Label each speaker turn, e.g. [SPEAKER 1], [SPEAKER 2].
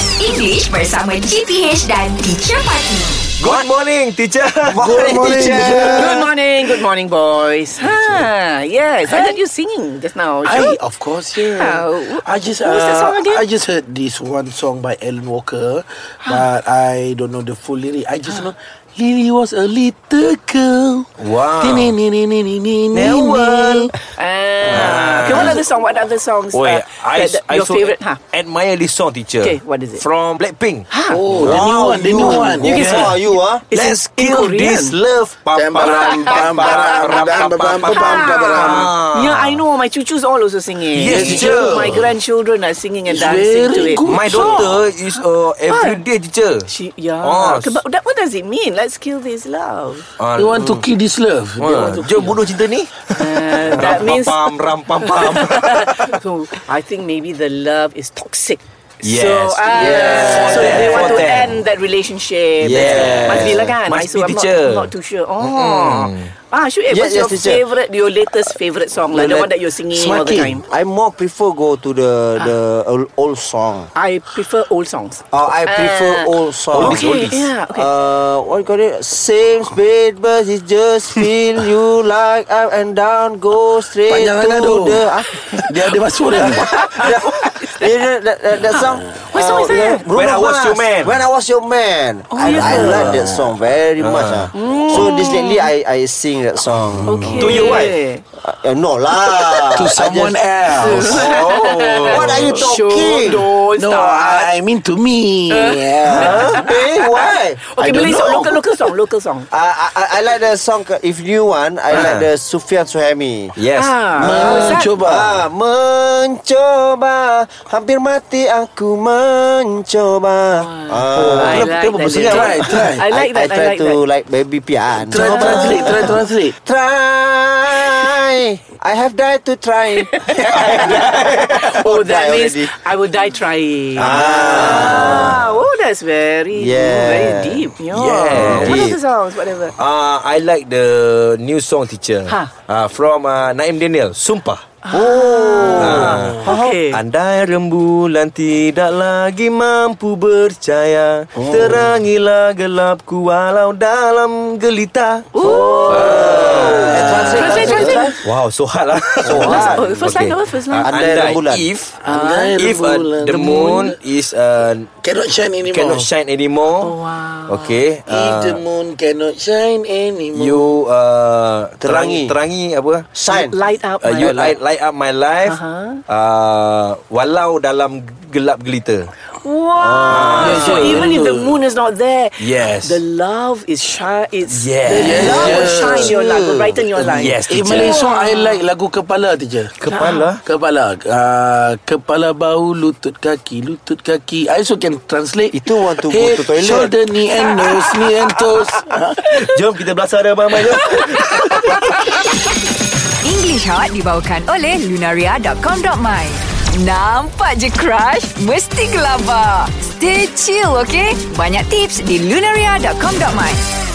[SPEAKER 1] KPH bersama GPH dan Teacher Fatih.
[SPEAKER 2] Good morning, teacher.
[SPEAKER 3] Good morning, teacher.
[SPEAKER 4] Good morning, good morning, boys. Ah, yes, I heard you singing just now.
[SPEAKER 3] I, of course, yeah.
[SPEAKER 4] How-
[SPEAKER 3] I just,
[SPEAKER 4] who is that song
[SPEAKER 3] uh,
[SPEAKER 4] again?
[SPEAKER 3] I just heard this one song by Alan Walker, but I don't know the full lyric. I just know Lily was a little girl.
[SPEAKER 2] Wow.
[SPEAKER 3] Never.
[SPEAKER 4] Ah, okay, what other song? What other songs?
[SPEAKER 2] Oh,
[SPEAKER 4] uh,
[SPEAKER 2] yeah. I,
[SPEAKER 4] that- that
[SPEAKER 2] I
[SPEAKER 4] your
[SPEAKER 2] so
[SPEAKER 4] favorite? Huh?
[SPEAKER 2] admire this song, teacher.
[SPEAKER 4] Okay, what is it?
[SPEAKER 2] From Blackpink.
[SPEAKER 3] Oh, the new one, the new one.
[SPEAKER 4] You can
[SPEAKER 2] Yeah.
[SPEAKER 4] sing.
[SPEAKER 5] you ah?
[SPEAKER 4] It's in-
[SPEAKER 2] Let's
[SPEAKER 4] in
[SPEAKER 2] kill
[SPEAKER 4] Korean.
[SPEAKER 2] this love.
[SPEAKER 3] Tambaram, tambaram, tambaram, tambaram.
[SPEAKER 4] Ah. Yeah, I know. My chuchus all also singing.
[SPEAKER 2] Yes, teacher.
[SPEAKER 4] My grandchildren are singing and
[SPEAKER 3] It's
[SPEAKER 4] dancing to
[SPEAKER 3] very
[SPEAKER 4] it.
[SPEAKER 3] good.
[SPEAKER 2] My daughter is uh, everyday teacher.
[SPEAKER 4] She, yeah.
[SPEAKER 2] Oh,
[SPEAKER 4] Okay, but that, what does it mean? Let's kill this love.
[SPEAKER 2] Ah,
[SPEAKER 3] They want to kill this love. They
[SPEAKER 2] ah,
[SPEAKER 3] want to
[SPEAKER 2] Jom bunuh cinta ni.
[SPEAKER 4] Uh, that means
[SPEAKER 2] Rampam, rampam, pam.
[SPEAKER 4] so I think maybe the love is toxic.
[SPEAKER 2] Yes.
[SPEAKER 4] So, ah,
[SPEAKER 2] Yes.
[SPEAKER 4] so they want
[SPEAKER 2] For
[SPEAKER 4] to
[SPEAKER 2] them.
[SPEAKER 4] end that relationship.
[SPEAKER 2] Yes.
[SPEAKER 4] Must be lah kan?
[SPEAKER 2] Must
[SPEAKER 4] I- so
[SPEAKER 2] be,
[SPEAKER 4] I'm not,
[SPEAKER 2] teacher.
[SPEAKER 4] I'm not too sure. Oh. Ah, Shuib,
[SPEAKER 5] Yes,
[SPEAKER 4] what's
[SPEAKER 5] yes,
[SPEAKER 4] your
[SPEAKER 5] teacher.
[SPEAKER 4] favorite, your latest favorite song? Like the one that you're singing all the time.
[SPEAKER 5] I more prefer go to the
[SPEAKER 4] Ah.
[SPEAKER 5] the old, old song.
[SPEAKER 4] I prefer old songs.
[SPEAKER 5] Uh, I prefer
[SPEAKER 4] Ah.
[SPEAKER 5] old song.
[SPEAKER 4] Okay, Oldies, oldies. yeah, okay.
[SPEAKER 5] Uh, what you call it? Same speed, but it just feel you like up and down, go straight
[SPEAKER 3] Panjang lah
[SPEAKER 5] to
[SPEAKER 3] tu.
[SPEAKER 5] the. Ah,
[SPEAKER 3] Dia ada masuk dah.
[SPEAKER 5] you know that, that, that song. Uh,
[SPEAKER 4] What song is that?
[SPEAKER 5] Bruno
[SPEAKER 2] When I Was
[SPEAKER 5] Mars.
[SPEAKER 2] Your Man.
[SPEAKER 5] When I was your man. I,
[SPEAKER 4] Oh, yeah. Mm.
[SPEAKER 5] I like that song very
[SPEAKER 2] Uh.
[SPEAKER 5] much. Ah, so this lately I I sing that song.
[SPEAKER 4] Okay.
[SPEAKER 2] To your wife?
[SPEAKER 5] Uh, no lah.
[SPEAKER 3] To someone else.
[SPEAKER 2] Oh.
[SPEAKER 5] What are you
[SPEAKER 4] Sure,
[SPEAKER 5] talking?
[SPEAKER 4] don't
[SPEAKER 3] No,
[SPEAKER 4] start.
[SPEAKER 3] I, I mean to me. Yeah.
[SPEAKER 5] Huh? Eh, why?
[SPEAKER 4] Okay,
[SPEAKER 3] I
[SPEAKER 4] boleh
[SPEAKER 3] don't
[SPEAKER 4] song,
[SPEAKER 3] know.
[SPEAKER 4] local, local song, local song.
[SPEAKER 5] I, I, I- I like the song uh, If You Want I like
[SPEAKER 2] Ah.
[SPEAKER 5] the Sufyan Suhaimi
[SPEAKER 2] Yes.
[SPEAKER 4] Ah.
[SPEAKER 3] Ah, Mencoba.
[SPEAKER 5] Ah, mencoba Hampir mati aku mencoba Uh,
[SPEAKER 4] Oh, I like
[SPEAKER 5] Kenapa- kenapa
[SPEAKER 4] that
[SPEAKER 5] bersedia?
[SPEAKER 4] lyric.
[SPEAKER 3] Try, try.
[SPEAKER 4] I like that, I
[SPEAKER 5] I try
[SPEAKER 4] like
[SPEAKER 5] to
[SPEAKER 4] that.
[SPEAKER 5] like baby pian
[SPEAKER 3] Try translate, try translate.
[SPEAKER 5] Try I have died to try
[SPEAKER 4] Oh, that
[SPEAKER 5] die
[SPEAKER 4] means
[SPEAKER 5] already.
[SPEAKER 4] I will die trying. Ah. Oh, that's very,
[SPEAKER 5] Yeah.
[SPEAKER 4] very deep. Yeah.
[SPEAKER 2] Yeah,
[SPEAKER 4] What
[SPEAKER 2] deep.
[SPEAKER 4] are the songs? Whatever.
[SPEAKER 2] Ah, I like the new song, teacher.
[SPEAKER 4] Ha. Ah.
[SPEAKER 2] Ah, from uh, Naim Daniel, Sumpah. Oh.
[SPEAKER 4] Okay.
[SPEAKER 2] Andai rembulan tidak lagi mampu bercahaya
[SPEAKER 3] Oh.
[SPEAKER 2] Terangilah gelapku walau dalam gelita Ah.
[SPEAKER 4] Translate, translate.
[SPEAKER 2] Wow, so hard lah So
[SPEAKER 4] hard. Oh, first line apa? First line.
[SPEAKER 2] Andai,
[SPEAKER 5] Andai rembulan.
[SPEAKER 2] If
[SPEAKER 3] Andai
[SPEAKER 2] If uh,
[SPEAKER 3] rembulan.
[SPEAKER 2] the
[SPEAKER 3] The
[SPEAKER 2] moon is uh,
[SPEAKER 3] Cannot shine anymore.
[SPEAKER 2] Cannot shine anymore
[SPEAKER 4] Oh, wow.
[SPEAKER 2] Okay
[SPEAKER 3] If the
[SPEAKER 2] uh,
[SPEAKER 3] moon cannot shine anymore.
[SPEAKER 2] You uh, Terangi
[SPEAKER 5] Terangi.
[SPEAKER 2] Terangi apa?
[SPEAKER 5] Sign
[SPEAKER 4] Light up
[SPEAKER 2] Uh,
[SPEAKER 4] my
[SPEAKER 2] you light, light up my life
[SPEAKER 4] Aha.
[SPEAKER 2] uh, Walau dalam gelap gelita
[SPEAKER 4] Wow.
[SPEAKER 3] Yeah,
[SPEAKER 4] so
[SPEAKER 3] yeah,
[SPEAKER 4] even if the moon is not there,
[SPEAKER 2] Ah. Yes.
[SPEAKER 4] the love is shine. It's
[SPEAKER 2] Yes.
[SPEAKER 4] the
[SPEAKER 2] Yes,
[SPEAKER 4] love will
[SPEAKER 3] yes.
[SPEAKER 4] shine your life, will brighten your life.
[SPEAKER 2] Yes
[SPEAKER 3] Eh,
[SPEAKER 2] teacher
[SPEAKER 3] Malay song, I like lagu Kepala, teacher.
[SPEAKER 2] Kepala
[SPEAKER 3] Kepala. Uh, kepala bau, lutut kaki, lutut kaki. I also can translate.
[SPEAKER 5] Itu want to go
[SPEAKER 3] Head,
[SPEAKER 5] to toilet.
[SPEAKER 3] shoulder, knee and nose, knee and toes. Ah.
[SPEAKER 2] Jom kita belasah ada ramai-ramai jom
[SPEAKER 1] English Hot dibawakan oleh Lunaria.com.my Nampak je crush? Mesti gelabah. Stay chill, okay? Banyak tips di Lunaria.com.my